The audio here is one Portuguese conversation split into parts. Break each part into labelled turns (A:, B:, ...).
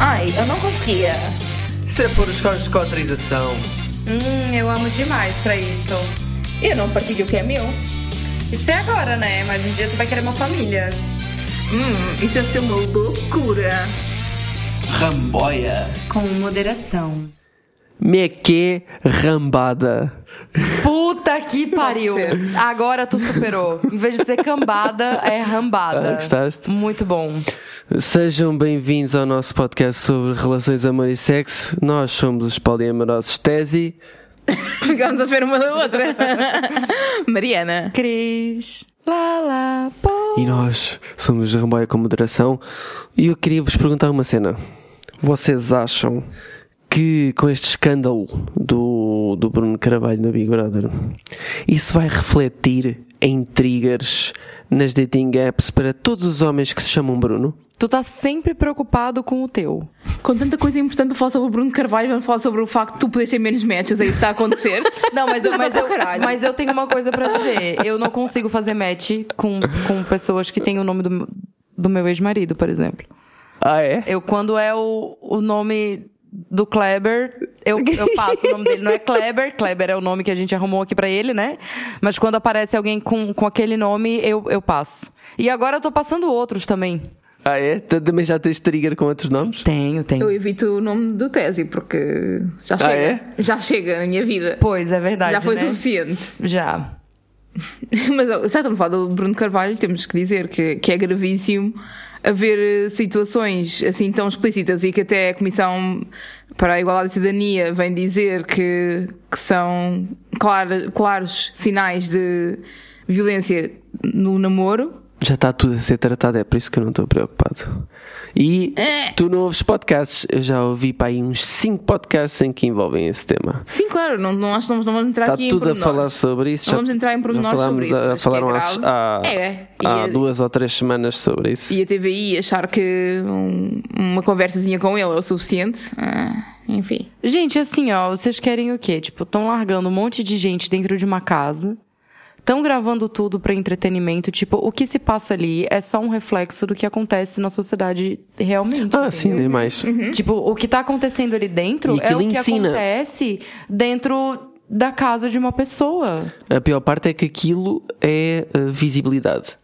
A: Ai, eu não conseguia.
B: Isso é por escotrização.
C: Hum, eu amo demais pra isso.
A: E eu não partilho o que é meu.
C: Isso é agora, né? Mas um dia tu vai querer uma família.
A: Hum,
D: é
A: isso ia ser uma loucura.
B: Ramboia.
C: Com moderação.
B: Meque rambada.
D: Puta que pariu. Agora tu superou. Em vez de ser cambada, é rambada.
B: Ah, gostaste?
D: Muito bom.
B: Sejam bem-vindos ao nosso podcast sobre relações, amor e sexo. Nós somos os poliamorosos Tesi.
E: Ficamos a ver uma da outra. Mariana.
D: Cris. Lá, lá, pô.
B: E nós somos Ramboia com Moderação. E eu queria vos perguntar uma cena. Vocês acham que com este escândalo do, do Bruno Carvalho no Big Brother, isso vai refletir em triggers nas dating apps para todos os homens que se chamam Bruno?
D: Tu tá sempre preocupado com o teu.
E: Com tanta coisa importante para falar sobre o Bruno Carvalho, vamos falar sobre o facto de tu poderes ter menos matches, é isso que está a acontecer.
D: Não, mas eu, mas, eu,
E: Caralho.
D: mas eu tenho uma coisa pra dizer. Eu não consigo fazer match com, com pessoas que têm o nome do, do meu ex-marido, por exemplo.
B: Ah, é?
D: Eu, quando é o, o nome do Kleber, eu, eu passo o nome dele. Não é Kleber, Kleber é o nome que a gente arrumou aqui pra ele, né? Mas quando aparece alguém com, com aquele nome, eu, eu passo. E agora eu tô passando outros também.
B: Ah, é? Tu Também já tens trigger com outros nomes?
D: Tenho, tenho.
E: Eu evito o nome do Tesi, porque já chega.
B: é?
E: Já chega na minha vida.
D: Pois, é verdade.
E: já foi
D: né?
E: suficiente.
D: Já.
E: Mas ó, já estamos a falar do Bruno Carvalho, temos que dizer que, que é gravíssimo haver eh, situações assim tão explícitas e que até a Comissão para a Igualdade e Cidadania vem dizer que, que são clar- claros sinais de violência no namoro.
B: Já está tudo a ser tratado, é por isso que eu não estou preocupado. E
E: É.
B: tu não ouves podcasts? Eu já ouvi para aí uns 5 podcasts em que envolvem esse tema.
E: Sim, claro, não, não acho não vamos entrar
B: Está
E: Tá aqui em
B: Tá tudo a
E: pormenores.
B: falar sobre isso.
E: Não
B: já-
E: vamos entrar em
B: já
E: pormenores sobre
B: falámos
E: isso,
B: a-
E: mas que é
B: falaram
E: grave.
B: há, há-
E: É,
B: há
E: e-
B: duas ou três semanas sobre isso.
E: E a TVI achar que um- uma conversazinha com ele é o suficiente. Ah, enfim.
D: Gente, assim, ó, vocês querem o quê? Tipo, estão largando um monte de gente dentro de uma casa. Estão gravando tudo pra entretenimento. Tipo, o que se passa ali é só um reflexo do que acontece na sociedade realmente.
B: ah, sim, nem mais.
E: Uhum.
D: Tipo, o que tá acontecendo ali dentro
B: E
D: é
B: aquilo
D: o que
B: ensina.
D: acontece dentro da casa de uma pessoa.
B: A pior parte é que aquilo é uh, visibilidade.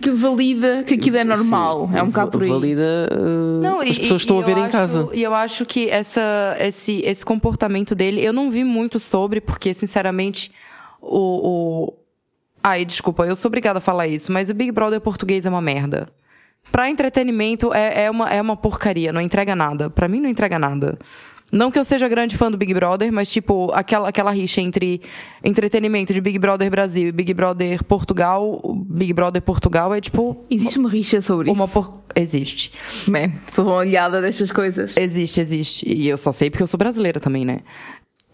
E: Que valida que aquilo é normal.
B: Sim,
E: é um bocado por aí.
B: Valida uh,
D: Não, e-
B: as pessoas
D: e-
B: estão
D: e
B: a ver
D: eu
B: em
D: acho-
B: casa.
D: E eu acho que essa, esse, esse comportamento dele, eu não vi muito sobre, porque, sinceramente, o, o. Ai, desculpa, eu sou obrigada a falar isso, mas o Big Brother português é uma merda. Pra entretenimento é, é, uma, é uma porcaria, não entrega nada. Pra mim, não entrega nada. Não que eu seja grande fã do Big Brother, mas, tipo, aquela, aquela rixa entre entretenimento de Big Brother Brasil e Big Brother Portugal, o Big Brother Portugal é, tipo,
E: Existe uma rixa sobre
D: uma
E: isso.
D: por... Existe.
E: Man, sou uma olhada destas coisas.
D: Existe, existe. E eu só sei porque eu sou brasileira também, né?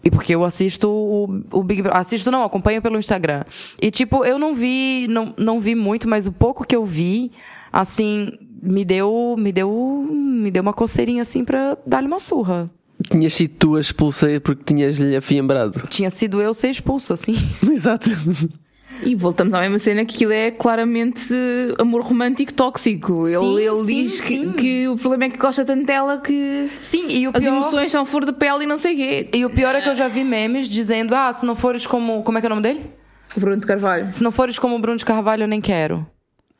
D: E porque eu assisto o, o Big Brother. Assisto, não, acompanho pelo Instagram. E, tipo, eu não vi, não, não vi muito, mas o pouco que eu vi, assim, me deu. Me deu. Me deu uma coceirinha assim pra dar-lhe uma surra.
B: Tinhas sido tu a expulsar porque tinhas-lhe afiembrado.
D: Tinha sido eu ser expulsa, assim.
B: Exato.
E: E voltamos à mesma cena que aquilo é claramente amor romântico tóxico.
D: Sim,
E: ele ele
D: sim,
E: diz que-
D: sim.
E: Que, o problema é que gosta tanto dela que
D: Sim, e o
E: as
D: pior.
E: emoções são flor de pele e não sei o quê.
D: E o pior é que eu já vi memes dizendo: ah, se não fores como. Como é que é o nome dele?
E: Bruno de Carvalho.
D: Se não fores como o Bruno de Carvalho, eu nem quero.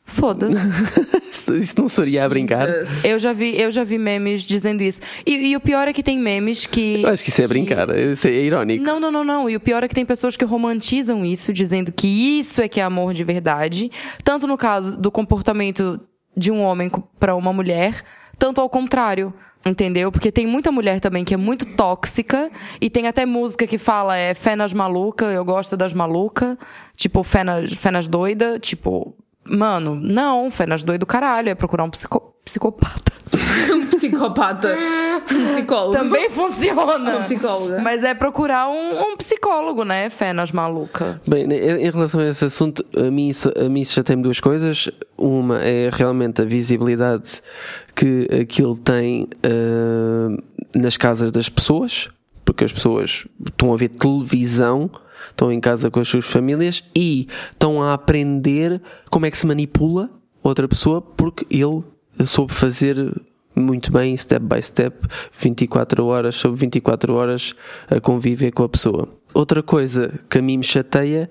D: Foda-se.
B: isso, isso não seria a brincar.
E: Jesus.
D: Eu já vi, eu já vi memes dizendo isso. E, e o pior é que tem memes que.
B: Eu acho que isso é brincar. Isso é irónico.
D: Não, não, não, não. E o pior é que tem pessoas que romantizam isso, dizendo que isso é que é amor de verdade. Tanto no caso do comportamento de um homem co- pra uma mulher, tanto ao contrário. Entendeu? Porque tem muita mulher também que é muito tóxica e tem até música que fala é fé nas maluca, eu gosto das maluca, tipo fé nas, fé nas doida, tipo, mano, não, fé nas doida do caralho, é procurar um psico- psicopata.
E: Um psicopata. Um psicólogo.
D: Também funciona.
E: Uma psicóloga.
D: Mas é procurar um, um psicólogo, né? Fé nas maluca.
B: Bem, né, em em relação a esse assunto, a mim, isso- a mim isso já tem duas coisas. Uma é realmente a visibilidade que aquilo tem ah, nas casas das pessoas, porque as pessoas estão a ver televisão, estão em casa com as suas famílias e estão a aprender como é que se manipula outra pessoa porque ele soube fazer muito bem, step by step, 24 horas sobre 24 horas a conviver com a pessoa. Outra coisa que a mim me chateia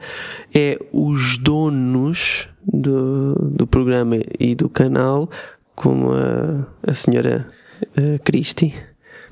B: é os donos do, do programa e do canal, como a, a senhora eh, Christie,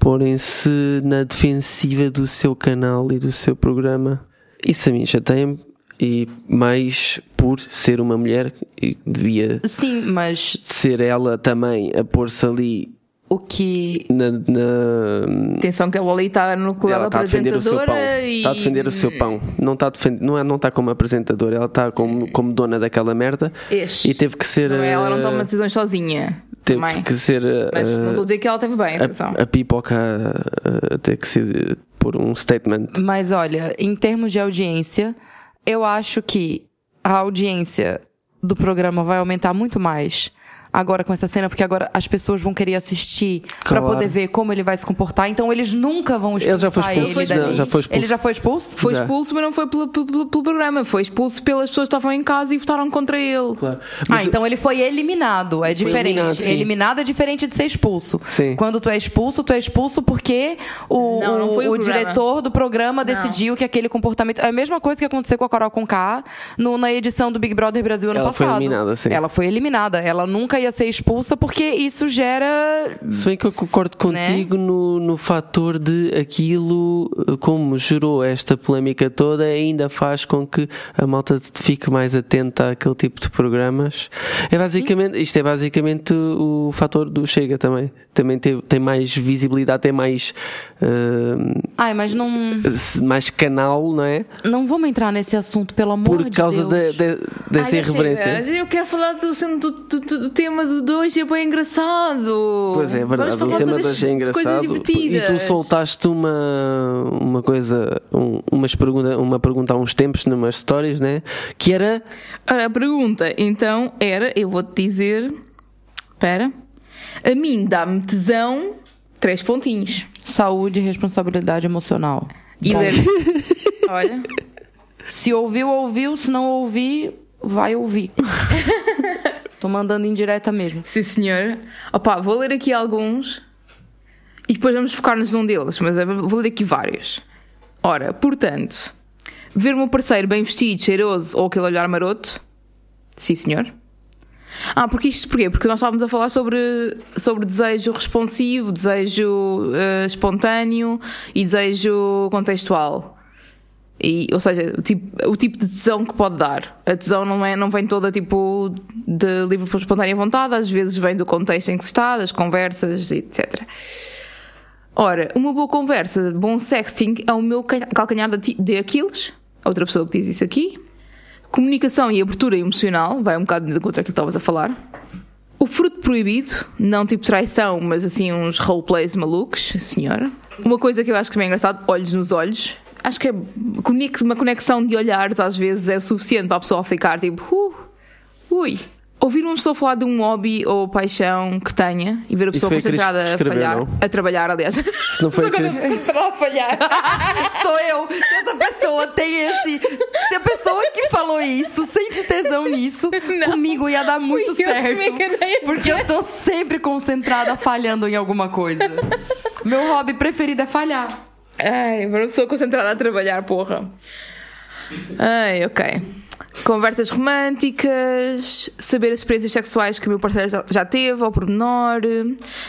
B: porem-se na defensiva do seu canal e do seu programa. Isso a mim chateia-me, e mais por ser uma mulher e devia
D: Sim, mas
B: ser ela também a pôr-se ali
D: o que.
B: na. na-
E: Atenção que a Loli está no colo
B: ela
E: da
B: está a defender o seu pão.
E: apresentadora e...
B: Está a defender o seu pão. Não está, a defend... não, é, não está como apresentadora, ela está como, como dona daquela merda.
E: Este.
B: E teve que ser.
E: Não é, ela não
B: eh,
E: toma decisões sozinha.
B: Teve
E: também.
B: que ser. eh,
E: Mas não estou a dizer que ela teve bem, atenção.
B: a, a pipoca eh, ter que ser. por um statement.
D: Mas olha, em termos de audiência, eu acho que a audiência do programa vai aumentar muito mais agora com essa cena, porque agora as pessoas vão querer assistir pra
B: Claro.
D: poder ver como ele vai se comportar. Então eles nunca vão expulsar
B: Ele já foi expulso,
D: ele
B: já-
D: dali.
B: já foi expulso.
D: Ele já foi expulso?
E: Foi
B: Já.
E: expulso, mas não foi pelo, pelo- pelo programa. Foi expulso pelas pessoas que estavam em casa e votaram contra ele.
B: Claro.
D: Ah, então ele foi eliminado, é diferente.
B: eliminado,
D: Eliminado,
B: sim.
D: é diferente de ser expulso.
B: Sim.
D: Quando tu é expulso, tu é expulso porque o,
E: Não, não foi o
D: o
E: programa.
D: diretor do programa decidiu que aquele comportamento. É a mesma coisa que aconteceu com a Carol Conká no, na edição do Big Brother Brasil ano
B: Ela foi
D: passado.
B: eliminada, sim.
D: Ela foi eliminada. Ela nunca ia ser expulsa porque isso gera.
B: Se bem que eu concordo
D: Né?
B: contigo no, no fator de aquilo, eh, como gerou esta polémica toda, ainda faz com que a malta fique mais atenta àquele tipo de programas. É basicamente, isto é basicamente o, o fator do Chega também. Também teve- tem, mais visibilidade, tem mais, eh,
D: Ai, mas não,
B: se- mais canal, não é?
D: não vamos entrar nesse assunto, pelo amor
B: Por
D: de
B: causa
D: Deus.
B: de- de-
E: Ai,
B: dessa
E: já
B: irreverência.
E: chega. Eu quero falar do, sendo do, do- do- do tema do de hoje, é bem engraçado.
B: Pois é, é verdade.
E: Vamos
B: O
E: falar
B: tema
E: coisas,
B: de hoje é engraçado.
E: Coisas divertidas.
B: E tu soltaste uma, uma coisa, um- umas pergunta, uma pergunta há uns tempos numas stories, né? Que era.
E: Ora, a pergunta então era: eu vou-te dizer. Espera. A mim dá-me tesão, três pontinhos.
D: Saúde e responsabilidade emocional.
E: E
D: Bom,
E: ler. Olha.
D: Se ouviu, ouviu. Se não ouvir, vai ouvir. Tô mandando indireta mesmo.
E: Sim, senhor. Opa, vou ler aqui alguns e depois vamos focar-nos num deles, mas eh, vou ler aqui vários. Ora, portanto, ver o meu parceiro bem vestido, cheiroso ou aquele olhar maroto? Sim, senhor. Ah, porque isto porquê? Porque nós estávamos a falar sobre, sobre desejo responsivo, desejo eh, espontâneo e desejo contextual. E, ou seja, o tipo, o tipo de tesão que pode dar. A tesão não, é, não vem toda tipo de livre por espontânea vontade, às vezes vem do contexto em que se está, das conversas, etc. Ora, uma boa conversa, bom sexting é o meu ca- calcanhar de Ati- de Aquiles, outra pessoa que diz isso aqui. Comunicação e abertura emocional, vai um bocado de encontro àquilo que estavas a falar. O fruto proibido, não tipo traição, mas assim uns roleplays malucos, sim, senhora. Uma coisa que eu acho que também é engraçado, olhos nos olhos. Acho que é conex- uma conexão de olhares às vezes é o suficiente para a pessoa ficar tipo, uh, ui. Ouvir uma pessoa falar de um hobby ou paixão que tenha e ver a pessoa
B: foi a Cris que
E: concentrada a
B: escreveu,
E: falhar,
B: não?
E: a trabalhar, aliás.
B: Se não foi
E: Só
B: a Cris-
E: quando eu estava a falhar.
D: Sou eu. Se essa pessoa tem esse. Se a pessoa que falou isso sente tesão nisso, comigo ia dar muito
E: Fui eu que me
D: certo.
E: enganei.
D: Porque eu tô sempre concentrada falhando em alguma coisa. Meu hobby preferido é falhar.
E: Ai, para uma pessoa concentrada a trabalhar, porra. Ai, ok. Conversas românticas, saber as experiências sexuais que o meu parceiro já- já teve, ao pormenor,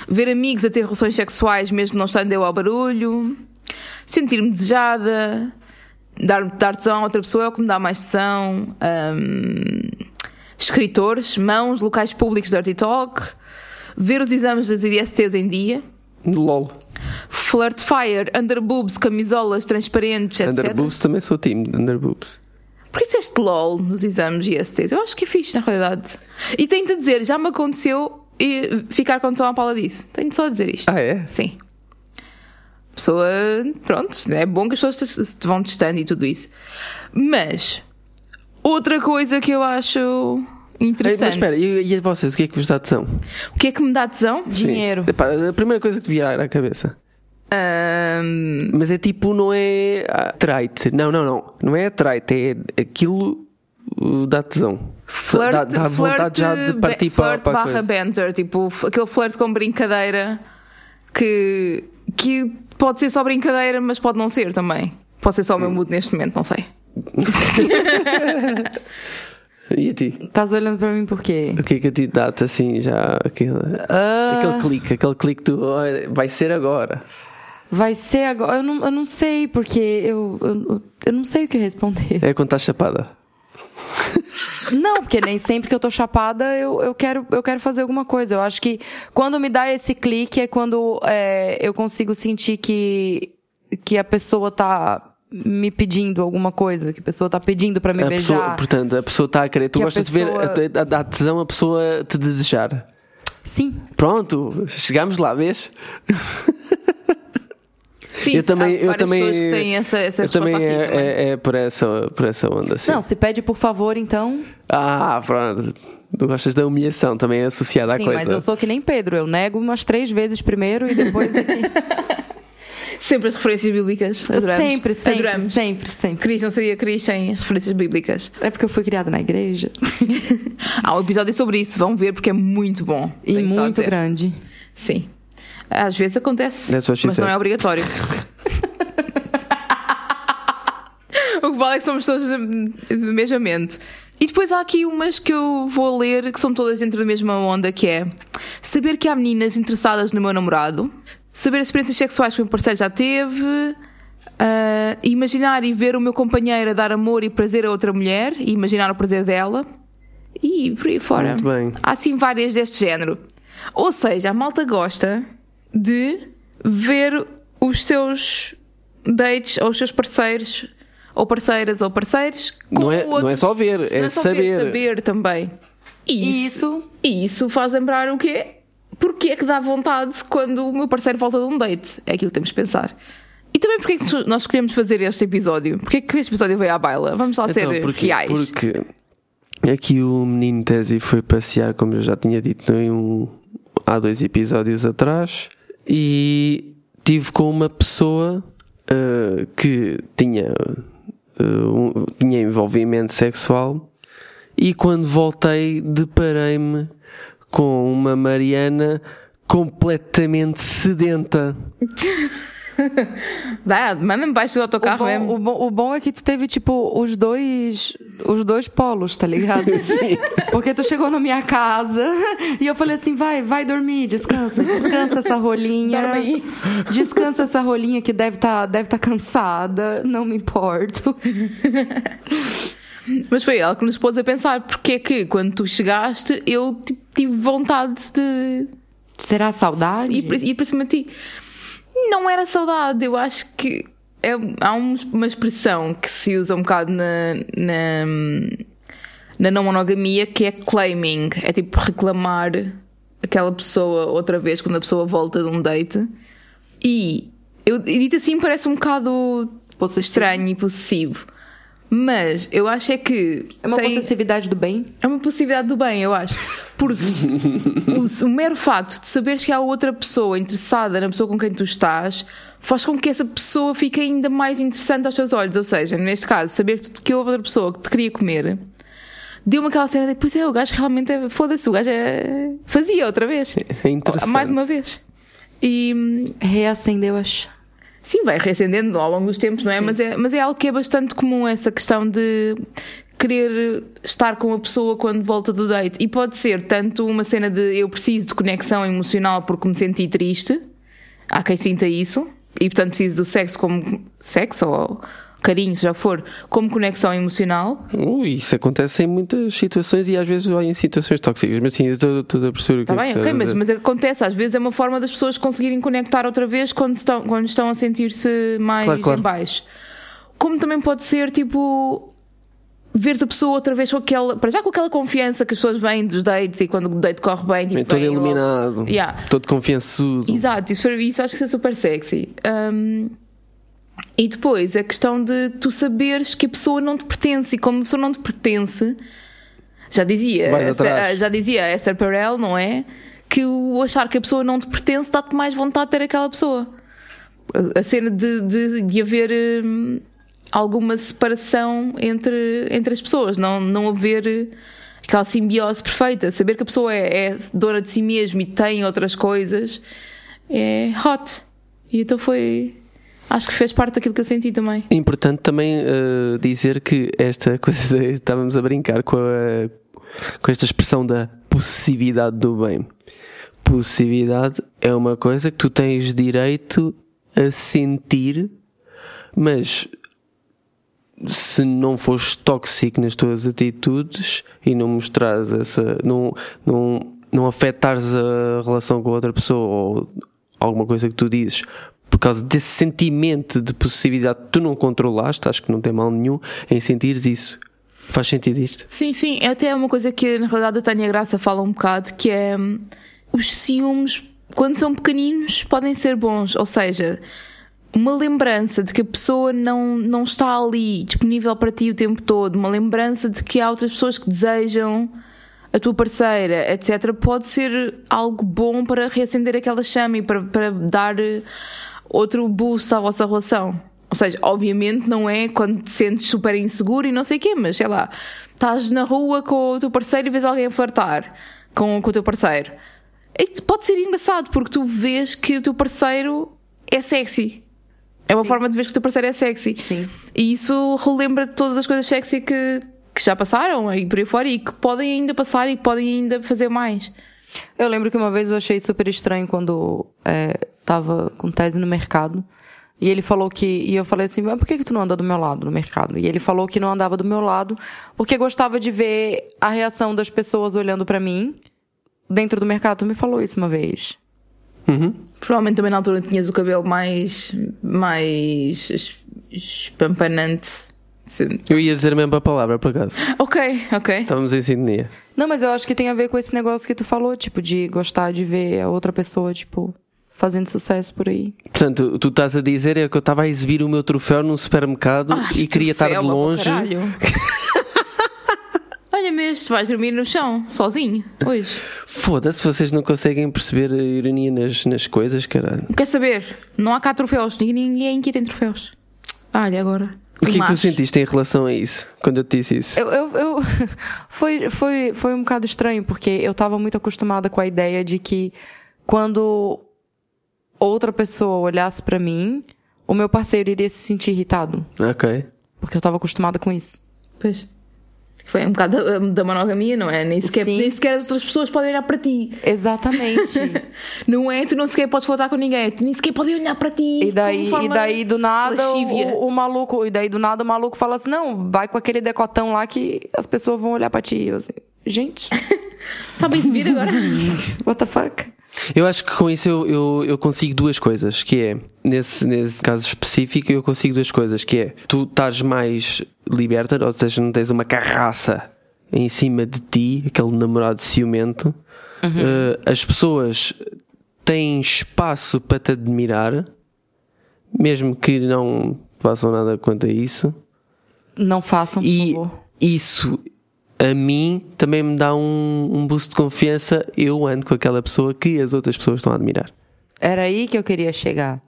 E: ver amigos a ter relações sexuais mesmo não estando eu ao barulho, sentir-me desejada, dar, dar tesão a outra pessoa é o que me dá mais tesão, hum, escritores, mãos, locais públicos de Dirty Talk, ver os exames das IDSTs em dia,
B: LOL.
E: Flirt Fire, underboobs, camisolas transparentes, etc.
B: Underboobs também sou tímido. Underboobs.
E: Por que disseste LOL nos exames e STs? Eu acho que é fixe, na realidade. E tenho de dizer, já me aconteceu e ficar com a Paula disso. Tenho só a dizer isto.
B: Ah, é?
E: Sim. Pessoa, pronto, é bom que as pessoas se- se vão testando e tudo isso. Mas, outra coisa que eu acho
B: Ei,
E: interessante.
B: mas espera, e, e a vocês? O que é que vos dá tesão?
E: O que é que me dá tesão?
B: Sim.
D: Dinheiro.
B: Epá, a primeira coisa que te vier à cabeça.
E: Ahm,
B: Mas é tipo, não é ah, trite. Não, não, não. Não é trite. É aquilo uh, dá tesão.
E: Flirt,
B: dá, dá vontade já de
E: ba-
B: partir para,
E: flirt
B: para a
E: barra
B: coisa.
E: banter, tipo, f- aquele flirt com brincadeira que, que pode ser só brincadeira, mas pode não ser também. Pode ser só o
B: Hum.
E: meu mood neste momento, não sei.
B: E a ti?
D: Estás olhando pra mim por quê?
B: O que é que a ti dá-te assim já? Aquele,
E: Ah.
B: aquele clique, aquele clique do "Olha, vai ser agora.
D: Vai ser agora. Eu não, eu não sei, porque eu, eu, eu não sei o que responder.
B: É quando estás chapada.
D: Não, porque nem sempre que eu tô chapada eu, eu, quero, eu quero fazer alguma coisa. Eu acho que quando me dá esse clique é quando é, eu consigo sentir que, que a pessoa tá me pedindo alguma coisa, que a pessoa tá pedindo pra me
B: É, A
D: beijar.
B: pessoa, portanto, a pessoa está a querer. Tu
D: Que a
B: gostas de ver,
D: pessoa-
B: a- a- dá tesão a pessoa te desejar.
D: Sim.
B: Pronto, chegámos lá, vês?
E: Sim,
B: eu também,
E: há
B: eu
E: várias
B: também,
E: pessoas que têm essa, essa
B: eu também,
E: resposta aqui.
B: é,
E: também.
B: é- é por essa, por essa onda. Assim.
D: Não, se pede por favor, então.
B: Ah, pronto. Tu gostas da humilhação, também é associada
D: sim,
B: à coisa.
D: mas eu sou que nem Pedro. Eu nego umas três vezes primeiro e depois.
E: Sempre as referências bíblicas. Adoramos.
D: sempre, sempre,
E: Adoramos.
D: sempre, sempre.
E: Cris não seria Cris sem as referências bíblicas.
D: É porque eu fui criada na igreja.
E: Há um episódio sobre isso, vão ver porque é muito bom.
D: E
E: Tenho só a
D: muito
E: dizer.
D: grande.
E: Sim. Às vezes acontece,
B: That's what she
E: mas não
B: said.
E: é obrigatório. o que vale é que somos todos da da mesma mente. E depois há aqui umas que eu vou ler que são todas dentro da mesma onda, que é saber que há meninas interessadas no meu namorado, saber as experiências sexuais que o meu parceiro já teve, ah, imaginar e ver o meu companheiro a dar amor e prazer a outra mulher, e imaginar o prazer dela, e por aí fora.
B: Muito bem.
E: Há assim várias deste género. Ou seja, a malta gosta de ver os seus dates ou os seus parceiros ou parceiras ou parceiros com
B: Não é-
E: outros.
B: não é só ver, é
E: Não só ver,
B: saber.
E: saber também.
D: E
E: E
D: isso-
E: isso, e isso faz lembrar o quê? Porque é que dá vontade quando o meu parceiro volta de um date? É aquilo que temos que pensar. E também porque é que nós escolhemos fazer este episódio? Porque é que este episódio veio à baila? Vamos lá ser
B: porque,
E: reais.
B: Então, porque aqui o menino Tesi foi passear, como eu já tinha dito em um, há dois episódios atrás, e tive com uma pessoa ah, que tinha, ah, um- tinha envolvimento sexual e quando voltei deparei-me com uma Mariana completamente sedenta.
E: Dá, manda-me baixo do
D: O
E: autocarro mesmo.
D: bom, o, bom, o bom é que tu teve, tipo, os dois. Os dois polos, tá ligado? Porque tu chegou na minha casa e eu falei assim: vai, vai dormir, descansa, descansa essa rolinha.
E: Dorme aí.
D: Descansa essa rolinha que deve tá, deve tá cansada, não me importo.
E: Mas foi ela que nos pôs a pensar porque é que quando tu chegaste eu tipo, tive vontade de
D: Será saudade?
E: ir, para- ir para cima de ti. Não era saudade, eu acho que é, há um- uma expressão que se usa um bocado na, na, na não monogamia que é claiming é tipo reclamar aquela pessoa outra vez quando a pessoa volta de um date. E eu e dito assim parece um bocado estranho e possessivo. Mas eu acho é que
D: É uma
E: tem-
D: possessividade do bem?
E: é uma possibilidade do bem, eu acho. Porque o, o mero facto de saberes que há outra pessoa interessada na pessoa com quem tu estás faz com que essa pessoa fique ainda mais interessante aos teus olhos. Ou seja, neste caso, saber que, tu- que houve outra pessoa que te queria comer deu-me aquela cena de, pois é, o gajo realmente é. Foda-se, o gajo é. Fazia outra vez.
B: É interessante.
E: Mais uma vez. E, hum,
D: Reacendeu a chama.
E: Sim, vai reacendendo ao longo dos tempos, não é? Mas, é? mas é algo que é bastante comum, essa questão de querer estar com a pessoa quando volta do date. E pode ser tanto uma cena de eu preciso de conexão emocional porque me senti triste, há quem sinta isso, e portanto preciso do sexo como sexo ou carinho, se já for, como conexão emocional.
B: Ui, Uh, isso acontece em muitas situações e às vezes vai em situações tóxicas, mas sim, eu estou estou a perceber o que
E: Está
B: é que
E: Tá bem, ok,
B: estás a
E: mas,
B: dizer.
E: mas acontece, às vezes é uma forma das pessoas conseguirem conectar outra vez quando estão, quando estão a sentir-se mais
B: Claro, claro.
E: em baixo. Como também pode ser, tipo, veres a pessoa outra vez com aquela, para já com aquela confiança que as pessoas vêm dos dates e quando o date corre bem, tipo,
B: Bem, todo
E: vêm logo-
B: iluminado,
E: Yeah.
B: todo confiançudo.
E: Exato, isso, para- isso acho que isso é super sexy. Ahm, e depois a questão de tu saberes que a pessoa não te pertence e como a pessoa não te pertence, já dizia,
B: Vais
E: essa-
B: atrás.
E: já dizia a Esther Perel, não é? Que o achar que a pessoa não te pertence dá-te mais vontade de ter aquela pessoa. A- A cena de, de, de haver hum, alguma separação entre, entre as pessoas, não, não haver eh, aquela simbiose perfeita. Saber que a pessoa é, é dona de si mesma e tem outras coisas é hot. E então foi. Acho que fez parte daquilo que eu senti também.
B: Importante também eh, dizer que esta coisa, de- estávamos a brincar com, a- com esta expressão da possessividade do bem. Possessividade é uma coisa que tu tens direito a sentir, mas se não fores tóxico nas tuas atitudes e não mostrares essa. não, não, não afetares a relação com a outra pessoa ou alguma coisa que tu dizes por causa desse sentimento de possessividade que tu não controlaste, acho que não tem mal nenhum em sentires isso. Faz sentido isto?
E: Sim, sim, é até uma coisa que na realidade a Tânia Graça fala um bocado, que é hum, os ciúmes, quando são pequeninos, podem ser bons, ou seja, uma lembrança de que a pessoa não, não está ali disponível para ti o tempo todo, uma lembrança de que há outras pessoas que desejam a tua parceira, etc., pode ser algo bom para reacender aquela chama e para, para dar eh, outro boost à vossa relação. Ou seja, obviamente não é quando te sentes super inseguro e não sei o quê, mas sei lá, estás na rua com o teu parceiro e vês alguém a flertar com, com o teu parceiro. E pode ser engraçado porque tu vês que o teu parceiro é sexy. É uma forma de ver que o teu parceiro é sexy.
D: Sim.
E: E isso relembra todas as coisas sexy que, que já passaram e por aí fora e que podem ainda passar e podem ainda fazer mais.
D: Eu lembro que uma vez eu achei super estranho quando é, tava com tese no mercado. E ele falou que. E eu falei assim, mas por que, que tu não anda do meu lado no mercado? E ele falou que não andava do meu lado porque gostava de ver a reação das pessoas olhando pra mim dentro do mercado. Tu me falou isso uma vez.
B: Uhum.
E: Provavelmente também na altura tinhas o cabelo mais. mais. es- espampanante. Sim.
B: Eu ia dizer a mesma palavra, por acaso.
E: Ok, ok.
B: Estávamos em sintonia.
D: Não, mas eu acho que tem a ver com esse negócio que tu falou, tipo, de gostar de ver a outra pessoa, tipo, fazendo sucesso por aí.
B: Portanto, tu estás a dizer é que eu estava a exibir o meu troféu num supermercado e queria estar de
E: Fela,
B: longe.
E: caralho. Olha mesmo, tu vais dormir no chão, sozinho, hoje.
B: Foda-se, vocês não conseguem perceber a ironia nas, nas coisas, caralho.
E: Quer saber? Não há cá troféus. Ninguém, ninguém aqui tem troféus. Olha agora.
B: O que é que tu
E: Machos.
B: sentiste em relação a isso, quando eu te disse isso?
D: Eu, eu, eu- foi, foi, foi um bocado estranho, porque eu tava muito acostumada com a ideia de que quando outra pessoa olhasse pra mim, o meu parceiro iria se sentir irritado.
B: Ok.
D: Porque eu tava acostumada com isso.
E: Pois. Que Foi um bocado da, da monogamia, não é? Nem sequer,
D: Sim.
E: nem sequer as outras pessoas podem olhar para ti.
D: Exatamente.
E: Não é? Tu não sequer podes voltar com ninguém. Tu nem sequer podem olhar para ti.
D: e,
E: como
D: daí,
E: forma
D: e daí do nada o,
E: lascívia.
D: o- o maluco. E daí do nada o maluco fala assim: não, vai com aquele decotão lá que as pessoas vão olhar pra ti. Eu assim, Gente,
E: Está bem subir agora?
D: what the fuck?
B: Eu acho que com isso eu, eu, eu consigo duas coisas, que é, nesse, nesse caso específico, eu consigo duas coisas, que é, tu estás mais liberta, ou seja, não tens uma carraça em cima de ti, aquele namorado ciumento, Eh, as pessoas têm espaço para te admirar, mesmo que não façam nada quanto a isso,
D: Não façam, por
B: e
D: favor.
B: isso a mim também me dá um, um boost de confiança. Eu ando com aquela pessoa que as outras pessoas estão a admirar.
D: Era aí que eu queria chegar.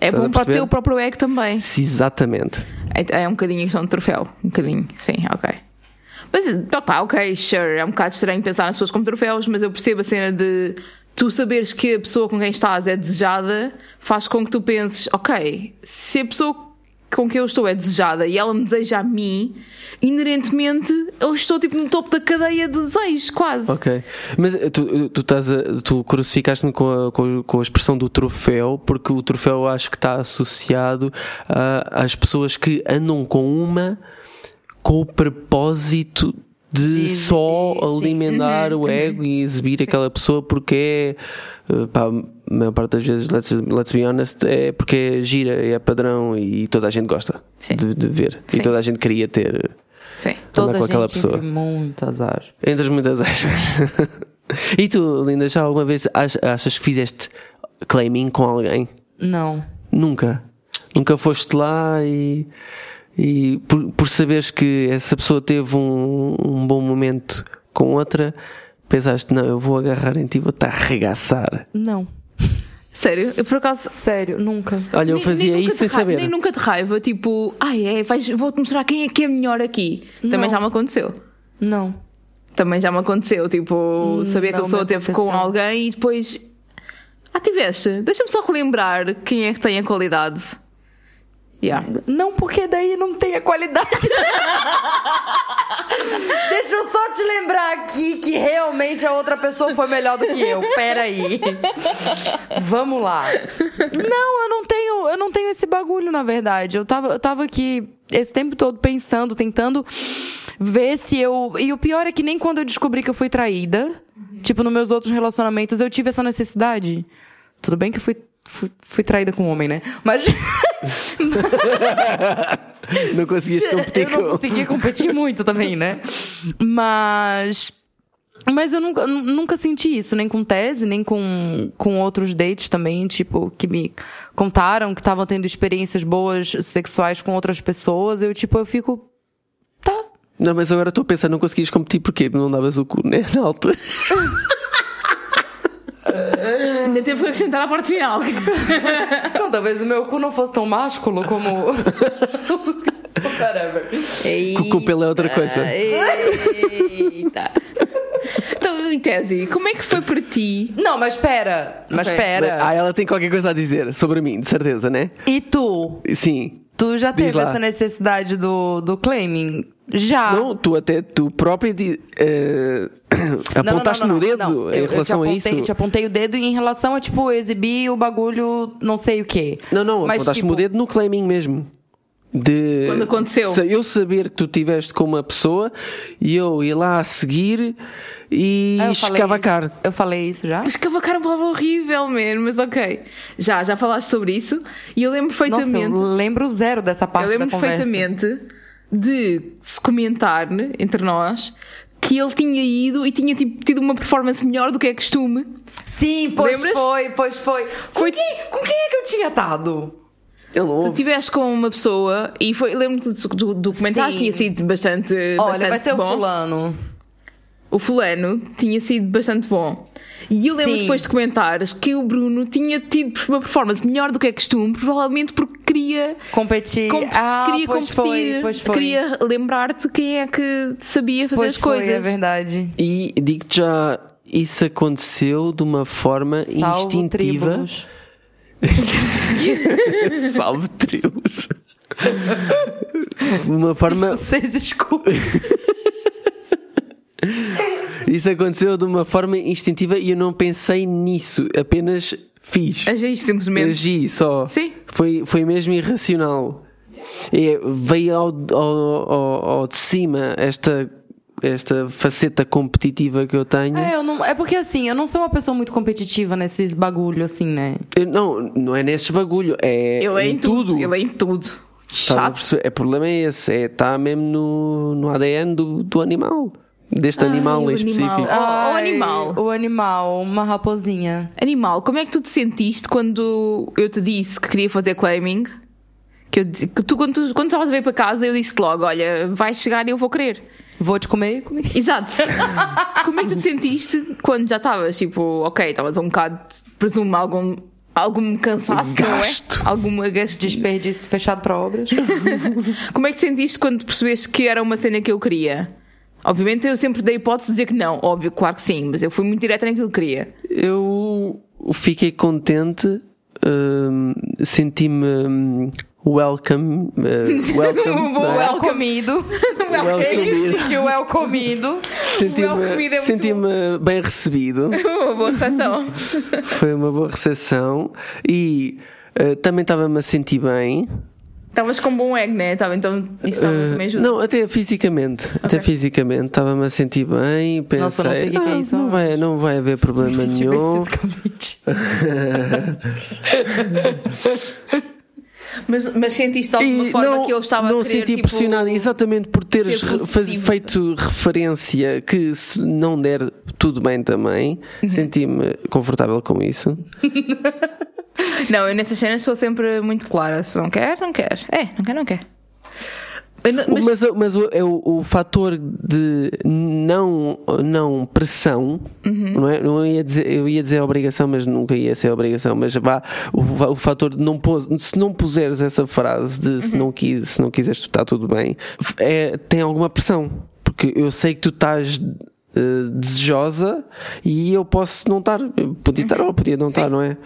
E: É
B: Estás a
E: bom para o
B: perceber?
E: teu próprio ego também.
B: Se exatamente.
E: É, é um bocadinho a questão de troféu. Um bocadinho, sim, ok. Mas, opá, ok, sure. É um bocado estranho pensar nas pessoas como troféus, mas eu percebo a cena de tu saberes que a pessoa com quem estás é desejada, faz com que tu penses, ok, se a pessoa com quem eu estou é desejada e ela me deseja a mim, inerentemente eu estou tipo no topo da cadeia de desejos, quase.
B: Ok. Mas eh, tu, tu, estás a- tu crucificaste-me com a, com, a- com a expressão do troféu, porque o troféu eu acho que está associado a- às pessoas que andam com uma com o propósito de
D: De
B: só
D: exibir, sim.
B: alimentar o ego e exibir aquela pessoa porque é, eh, pá, a maior parte das vezes, let's, let's be honest, é porque é gira, é padrão e toda a gente gosta
E: Sim.
B: de, de ver. E
E: Sim.
B: toda a gente queria ter,
E: Sim.
B: andar com aquela
D: gente
B: pessoa.
D: entre muitas aspas.
B: Entre as muitas aspas. e tu, Linda, já alguma vez ach- achas que fizeste claiming com alguém?
D: Não.
B: Nunca. Nunca foste lá e, e por, por saberes que essa pessoa teve um, um bom momento com outra, pensaste, não, eu vou agarrar em ti, vou-te arregaçar.
D: Não.
E: Sério, eu por acaso.
D: Sério, nunca.
B: Olha, eu
E: nem-
B: fazia
E: nem nunca
B: isso sem
E: de raiva-
B: saber.
E: Nem nunca de raiva, tipo, ai é, vais- vou-te mostrar quem é que é melhor aqui. Também
D: Não.
E: já me aconteceu.
D: Não.
E: Também já me aconteceu, tipo, saber que a
D: não
E: pessoa
D: me
E: teve com
D: aconteceu.
E: alguém e depois. Ah, tiveste. Deixa-me só relembrar quem é que tem a qualidade. Yeah.
D: Não, porque daí não tem a qualidade. Deixa eu só te lembrar aqui que realmente a outra pessoa foi melhor do que eu. Peraí. Vamos lá. Não, eu não tenho, eu não tenho esse bagulho, na verdade. Eu tava, eu tava aqui esse tempo todo pensando, tentando ver se eu. E o pior é que nem quando eu descobri que eu fui traída, tipo, nos meus outros relacionamentos, eu tive essa necessidade. Tudo bem que eu fui, fui, fui traída com um homem, né? Mas.
B: Não conseguias competir
D: eu não
B: com.
D: conseguia competir muito também, né? Mas. Mas eu nunca, nu- nunca senti isso, nem com tese, nem com, com outros dates também, tipo, que me contaram que estavam tendo experiências boas sexuais com outras pessoas. Eu, tipo, eu fico. Tá.
B: Não, mas agora estou a pensar, não conseguias competir porque não davas o cu, né? Na altura.
E: Ainda teve que acrescentar a parte final.
D: Não, talvez o meu cu não fosse tão másculo como. Whatever.
B: Que o cu pela é outra
E: tá.
B: coisa.
E: Eita. então, em tese, como é que foi para ti?
D: Não, mas pera. Mas
E: Ok.
D: pera.
B: Ah, ela tem qualquer coisa a dizer sobre mim, de certeza, né?
D: E tu?
B: Sim.
D: Tu já
B: Diz
D: teve
B: lá.
D: essa necessidade do, do claiming? Já.
B: Não, tu até, tu própria di- eh, apontaste
D: não, não,
B: no
D: não,
B: dedo
D: não.
B: em
D: Eu- eu te
B: relação a
D: apontei-
B: isso.
D: Eu te apontei o dedo em relação a, tipo, exibir o bagulho não sei o quê.
B: Não, não, apontaste-me
D: tipo,
B: o dedo no claiming mesmo. De,
E: Quando aconteceu.
B: sa- Eu saber que tu estiveste com uma pessoa e eu ir lá a seguir e
D: ah, eu falei
B: escavacar.
D: isso- Eu falei isso já?
E: Mas cavacar é uma palavra horrível, man, mas ok. Já, já falaste sobre isso e eu lembro
D: Nossa,
E: perfeitamente.
D: eu lembro zero dessa parte
E: eu lembro
D: da conversa.
E: perfeitamente de se comentar né, entre nós que ele tinha ido e tinha tipo, tido uma performance melhor do que é costume.
D: Sim, pois
E: Lembras?
D: foi, pois foi. Com, Quem, com quem é que eu tinha estado?
B: Eu não
E: Tu
B: ouvi.
E: estiveste com uma pessoa e foi. Lembro-me do, do, do comentário
D: Sim.
E: que tinha sido bastante.
D: Olha,
E: bastante
D: vai ser
E: bom.
D: o fulano.
E: O fulano tinha sido bastante bom. E eu lembro
D: Sim.
E: depois de comentares que o Bruno tinha tido uma performance melhor do que é costume, provavelmente porque queria.
D: Competir.
E: com-
D: ah,
E: queria
D: pois
E: competir,
D: foi, pois foi.
E: queria lembrar-te quem é que sabia fazer
D: pois
E: as
D: foi,
E: coisas.
D: é verdade.
B: E digo-te já, isso aconteceu de uma forma
D: Salvo
B: instintiva.
D: tríbulos.
B: Salve tribos. Uma forma.
D: Vocês desculpem.
B: Isso aconteceu de uma forma instintiva e eu não pensei nisso, apenas fiz.
E: Agiste simplesmente.
B: Agi só.
E: É Sim.
B: Foi, foi mesmo irracional. É, veio ao, ao, ao- ao de cima esta, esta faceta competitiva que eu tenho.
D: É, eu não, é porque assim, eu não sou uma pessoa muito competitiva nesses bagulho, assim, né?
B: Eu- não, não é neste bagulho, é
E: Ele é
B: em tudo.
E: Ele é em tudo.
B: Estás a
E: Chato.
B: perceber? é, o problema é esse, está mesmo no, no ADN do, do animal. Deste animal
E: o
B: em específico.
E: animal. Ó, ó, animal.
D: O animal, uma raposinha.
E: Animal, como é que tu te sentiste quando eu te disse que queria fazer claiming? Que, eu, disse- que tu, quando tu quando estavas a vir para casa, eu disse logo: Olha, vais chegar e eu vou querer.
D: Vou te comer e comer.
E: Exato. como é que tu te sentiste quando já estavas? Tipo, ok, estavas um bocado, presumo, algum, algum cansaço,
B: Gasto.
E: não é? Alguma gasto.
D: Desperdício fechado pra obras.
E: Como é que te sentiste quando percebeste que era uma cena que eu queria? Obviamente eu sempre dei hipótese de dizer que não, óbvio, claro que sim, mas eu fui muito direta naquilo que queria.
B: Eu fiquei contente, hum, senti-me hum, welcome. hum, welcome não é?
D: well comido.
B: Well
D: Ele
B: comido.
D: se sentiu well comido.
B: Senti-me
E: welcome é muito
B: senti-me bem recebido.
E: Uma boa recepção.
B: Foi uma boa recepção e eh, também estava-me a sentir bem.
E: Estavas com bom ego, né? Tava, então isso
B: Eh,
E: também ajuda.
B: não, até fisicamente. Até fisicamente estava-me a sentir bem. Pensei,
D: Nossa, não sei o que é que é
B: "Ah,
D: isso, Tipo,
B: não, vai, não vai haver problema
D: Sentiu bem
B: nenhum.
D: fisicamente.
E: Mas, mas sentiste de alguma
B: E
E: forma que eu estava
B: não
E: a querer,
B: senti
E: tipo,
B: pressionado exatamente por teres
E: ser
B: re- faz-
E: possível.
B: feito referência que se não der tudo bem também
E: Uhum.
B: senti-me confortável com isso
E: Não, eu nessas cenas sou sempre muito clara. Se não quer, não quer. É, não quer, não quer. Eu não-
B: Mas, mas, o, é o, o fator de não, não pressão, não é? Não ia dizer, eu ia dizer obrigação, mas nunca ia ser obrigação. Mas vá, o, va- o fator de não pôs, se não puseres essa frase de se, não quis, se não quiseres, tu está tudo bem, é, tem alguma pressão. Porque eu sei que tu estás. eh, desejosa e eu posso não estar, Eu podia estar ou podia não estar, não é?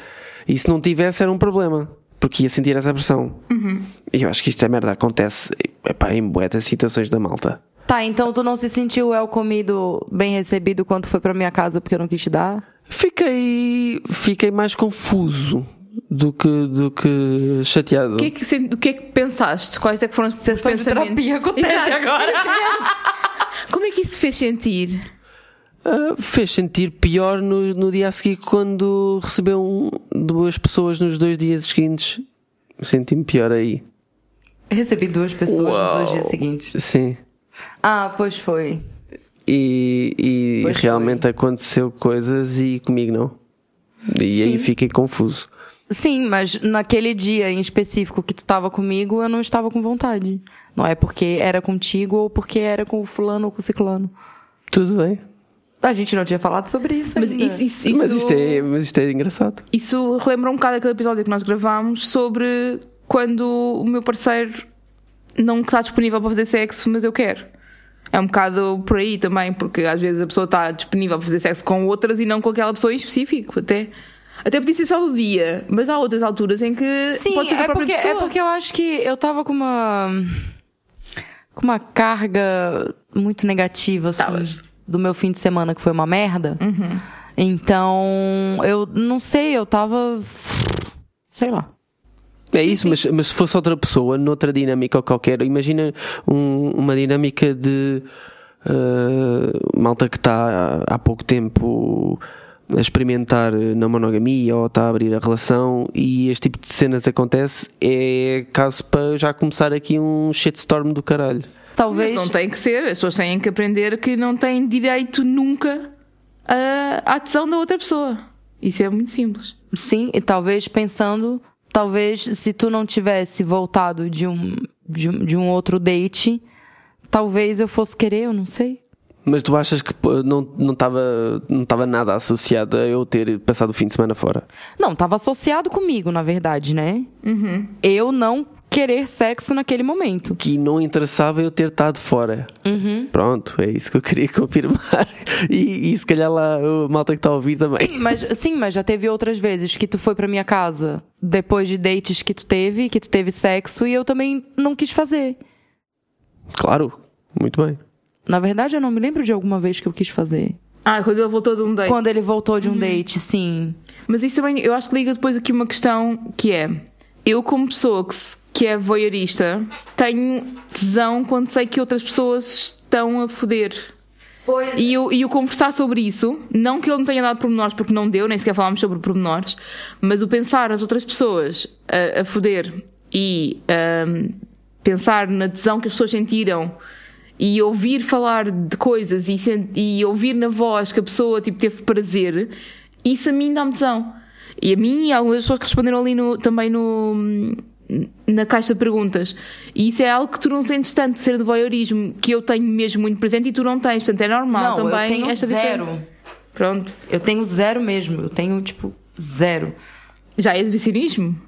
B: E se não tivesse era um problema, porque ia sentir essa pressão.
E: Uhum.
B: E eu acho que isto é merda, acontece epá, em boetas situações da malta.
D: Tá, então tu não se sentiu el comido, bem recebido quando foi pra minha casa porque eu não quis te dar?
B: Fiquei, fiquei mais confuso do que, do que chateado.
E: O que, é que, sen- o que é que pensaste? Quais é que foram os
D: Sessão de
E: pensamentos?
D: terapia acontece agora.
E: Como é que isso te fez sentir?
B: Ah, fez sentir pior no, no dia a seguir quando recebeu um, duas pessoas nos dois dias seguintes. Senti-me pior aí.
D: Recebi duas pessoas nos dois
B: Uau.
D: dias seguintes.
B: Sim.
D: Ah, pois foi.
B: E, e
D: Pois
B: realmente aconteceu coisas e comigo não. E aí fiquei confuso.
D: Sim, mas naquele dia em específico que tu tava comigo, eu não estava com vontade. Não é porque era contigo ou porque era com o fulano ou com o ciclano.
B: Tudo bem.
D: A gente não tinha falado sobre isso
E: Mas
D: ainda.
E: isso, isso, isso,
B: Mas, isto é, mas isto é engraçado.
E: isso relembra um bocado aquele episódio que nós gravámos sobre quando o meu parceiro não está disponível para fazer sexo, mas eu quero. É um bocado por aí também, porque às vezes a pessoa está disponível para fazer sexo com outras e não com aquela pessoa em específico, até. Até podia ser só do dia, mas há outras alturas em que
D: Sim,
E: pode ser com a
D: é
E: própria
D: porque, é
E: pessoa.
D: porque eu acho que eu tava com uma. com uma carga muito negativa, assim.
E: Tavas.
D: Do meu fim de semana, que foi uma merda.
E: Uhum.
D: Então, eu não sei, eu tava. sei lá.
B: É isso, mas, mas se fosse outra pessoa, noutra dinâmica ou qualquer, imagina um- uma dinâmica de ah, malta que está há, há pouco tempo a experimentar eh, na monogamia ou está a abrir a relação e este tipo de cenas acontece, é caso para já começar aqui um shitstorm do caralho.
E: Mas
D: Talvez.
E: não tem que ser, as pessoas têm que aprender que não têm direito nunca a- à atenção da outra pessoa. Isso é muito simples.
D: Sim, e talvez pensando, talvez se tu não tivesse voltado de um, de um, de um outro date, talvez eu fosse querer, eu não sei.
B: Mas tu achas que pô, não não estava não estava nada associado a eu ter passado o fim de semana fora?
D: Não, tava associado comigo, na verdade, né? Eu não querer sexo naquele momento.
B: que não interessava eu ter estado fora.
E: Uhum.
B: Pronto, é isso que eu queria confirmar. E, e se calhar lá a malta que está a ouvir também.
D: Mas sim, mas já teve outras vezes que tu foi pra minha casa depois de dates que tu teve, que tu teve sexo e eu também não quis fazer.
B: Claro, muito bem.
D: Na verdade, eu não me lembro de alguma vez que eu quis fazer.
E: Ah, quando ele voltou de um date.
D: Quando ele voltou de um date, sim.
E: Mas isso também, eu acho que liga depois aqui uma questão que é: eu, como pessoa que, se- que é voyeurista, tenho tesão quando sei que outras pessoas estão a foder. E eu, e eu conversar sobre isso, não que ele não tenha dado pormenores, porque não deu, nem sequer falámos sobre pormenores, mas o pensar as outras pessoas a, a foder e ahm, pensar na tesão que as pessoas sentiram e ouvir falar de coisas e, sen- e ouvir na voz que a pessoa tipo, teve prazer, isso a mim dá-me tesão. E a mim e algumas pessoas que responderam ali no- também no, hum, na caixa de perguntas. E isso é algo que tu não sentes tanto, ser de voyeurismo, que eu tenho mesmo muito presente e tu não tens. Portanto, é normal
D: não,
E: também
D: eu tenho
E: esta
D: zero.
E: diferença. Pronto.
D: Eu tenho zero mesmo. Eu tenho, tipo, zero.
E: Já é exibicionismo?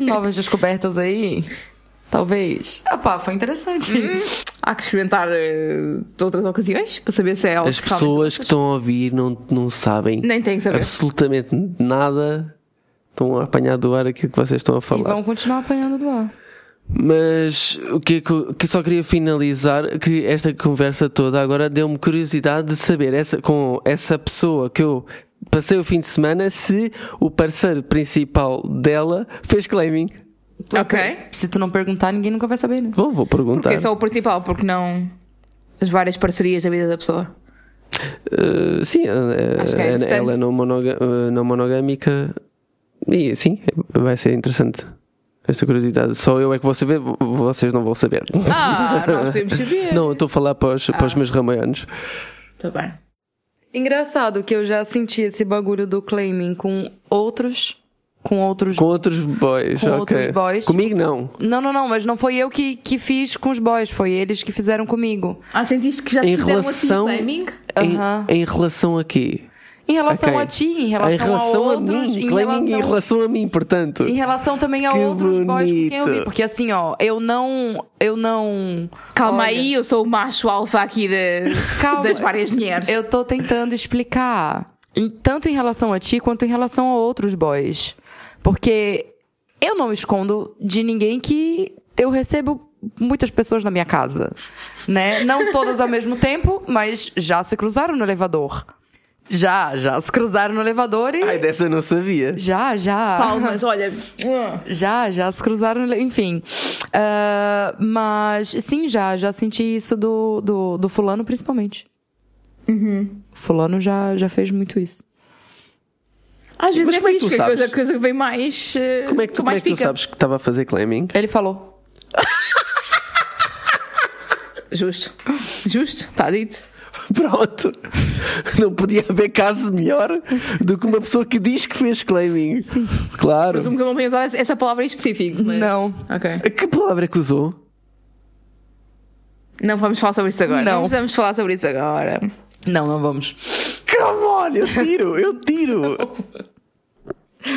D: Novas descobertas aí? Talvez. Ah, pá, foi interessante.
E: Há que experimentar eh, de outras ocasiões para saber se é algo
B: As
E: que realmente-
B: pessoas que estão a ouvir não, não sabem
E: Nem têm que saber.
B: absolutamente nada. Estão a apanhar do ar aquilo que vocês estão a
D: e
B: falar.
D: vão continuar apanhando do ar.
B: Mas o que é que, eu- que eu só queria finalizar que esta conversa toda agora deu-me curiosidade de saber essa, com essa pessoa que eu passei o fim de semana se o parceiro principal dela fez claiming.
E: Ok.
D: Se tu não perguntar, ninguém nunca vai saber, né?
B: Vou, vou perguntar.
E: Porque é só o principal, porque não as várias parcerias da vida da pessoa.
B: Eh, sim, eh,
E: Acho que é
B: eh,
E: interessante.
B: ela é não, monoga- eh, não monogâmica. E sim, vai ser interessante. Esta curiosidade. Só eu é que vou saber, vo- vocês não vão saber.
E: Ah, nós podemos saber.
B: Não, eu estou a falar para os, para os meus ramaianos.
E: Está bem.
D: Engraçado que eu já senti esse bagulho do claiming com outros, com outros.
B: Com outros boys,
D: Com
B: ok.
D: outros boys.
B: Comigo não.
D: Não, não, não, mas não foi eu que, que fiz com os boys, foi eles que fizeram comigo.
E: Ah, sentiste que já te
B: Em
E: fizeram
B: relação.
E: assim claiming?
B: em,
D: Aham.
B: em relação a quê?
D: Em relação
B: Ok.
D: a ti, em relação,
B: Em relação
D: a outros,
B: mim,
D: em,
B: claiming
D: relação,
B: em relação a mim, portanto.
D: em relação também a
B: Que
D: outros boys com quem eu vi.
B: bonito.
D: Porque assim, ó, eu não. Eu não.
E: Calma
D: Olha,
E: aí, eu sou o macho alfa aqui de-
D: Calma.
E: das várias mulheres.
D: Eu tô tentando explicar. em- Tanto em relação a ti quanto em relação a outros boys. Porque eu não escondo de ninguém que eu recebo muitas pessoas na minha casa. Né? Não todas ao mesmo tempo, mas já se cruzaram no elevador. Já, já se cruzaram no elevador e.
B: Ai, dessa eu não sabia.
D: Já, já.
E: Palmas, olha.
D: Já, já se cruzaram, enfim. Ah, mas sim, já, já senti isso do, do, do fulano, principalmente. Uhum. Fulano já, já fez muito isso.
E: Às vezes
B: Mas
E: é
B: como é que
E: fixe,
B: tu
E: que a coisa,
B: sabes?
E: a coisa vem mais. eh,
B: Como é que tu, como
E: mais
B: é que tu
E: pica.
B: sabes que estava a fazer claiming?
D: Ele falou.
E: Justo. Justo, está dito.
B: Pronto. Não podia haver caso melhor do que uma pessoa que diz que fez claiming. Sim. Claro.
E: Presumo que eu não tenho usado essa- essa palavra em específico. mas-
D: Não.
E: Ok.
B: Que palavra é que usou?
E: Não vamos falar sobre isso agora.
D: Não.
E: Não precisamos falar sobre isso agora.
D: Não, não vamos.
B: Come on, eu tiro, eu tiro.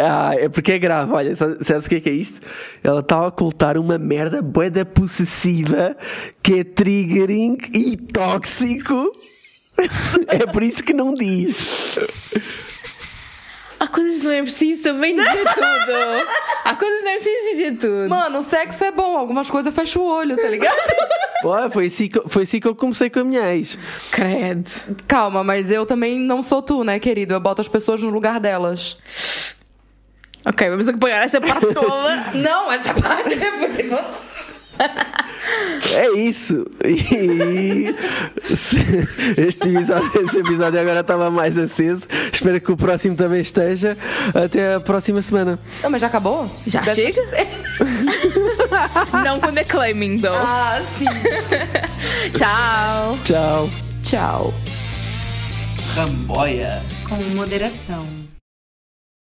B: Ah, é porque é grave, olha, sabe sabes o que é que é isto? Ela está a ocultar uma merda boeda possessiva que é triggering e tóxico. É por isso que não diz.
E: Há coisas que não é preciso também dizer tudo. Há coisas que não é preciso dizer tudo.
D: Mano, o sexo é bom, algumas coisas fecha o olho, tá ligado?
B: Pô, foi assim que, foi assim que eu comecei com a minha ex.
E: Credo.
D: Calma, mas eu também não sou tu, né, querido? Eu boto as pessoas no lugar delas.
E: Ok, vamos apagar esta parte toda.
D: Não, essa parte é muito
B: É isso. E se- este episódio, esse episódio agora estava mais aceso. Espero que o próximo também esteja. Até a próxima semana.
D: Não, mas já acabou?
E: Já
D: Dessa-
E: chega? não quando é claiming, though.
D: Ah, sim.
E: Tchau.
B: Tchau.
D: Tchau.
B: Ramboia.
C: Com moderação.